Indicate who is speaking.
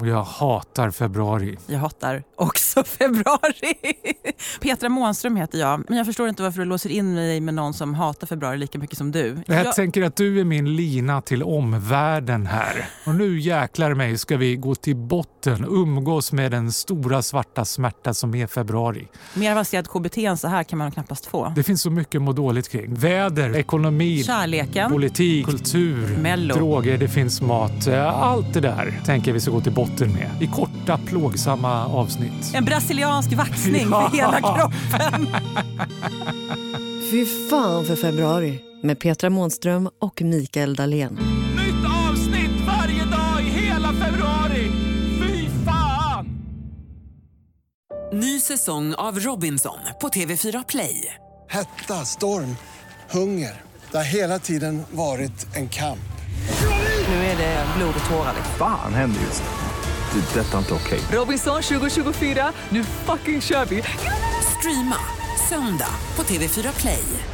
Speaker 1: och jag hatar februari.
Speaker 2: Jag hatar också februari. Petra Månström heter jag, men jag förstår inte varför du låser in mig med någon som hatar februari lika mycket som du.
Speaker 1: Jag
Speaker 2: Jag-
Speaker 1: tänker att du är min lina till omvärlden här. Och nu jäklar mig ska vi gå till botten, umgås med den stora svarta smärta som är februari.
Speaker 2: Mer avancerad KBT än så här kan man knappast få.
Speaker 1: Det finns så mycket att må dåligt kring. Väder, ekonomi,
Speaker 2: Kärleken.
Speaker 1: politik, kultur,
Speaker 2: Mello.
Speaker 1: droger, det finns mat. Eh, Allt det där tänker vi ska gå till botten med i korta plågsamma avsnitt.
Speaker 2: En brasiliansk vaxning för hela kroppen.
Speaker 3: Fy fan för februari med Petra Månström och Mikael Dahlén.
Speaker 4: Nytt avsnitt varje dag i hela februari! Fy fan!
Speaker 5: Ny säsong av Robinson på TV4 Play.
Speaker 6: Hetta, storm, hunger. Det har hela tiden varit en kamp.
Speaker 5: Nu är det blod och tårar.
Speaker 7: Fan händer just nu. Det. är Detta är inte okej.
Speaker 5: Robinson 2024, nu fucking kör vi! Streama söndag på TV4 Play.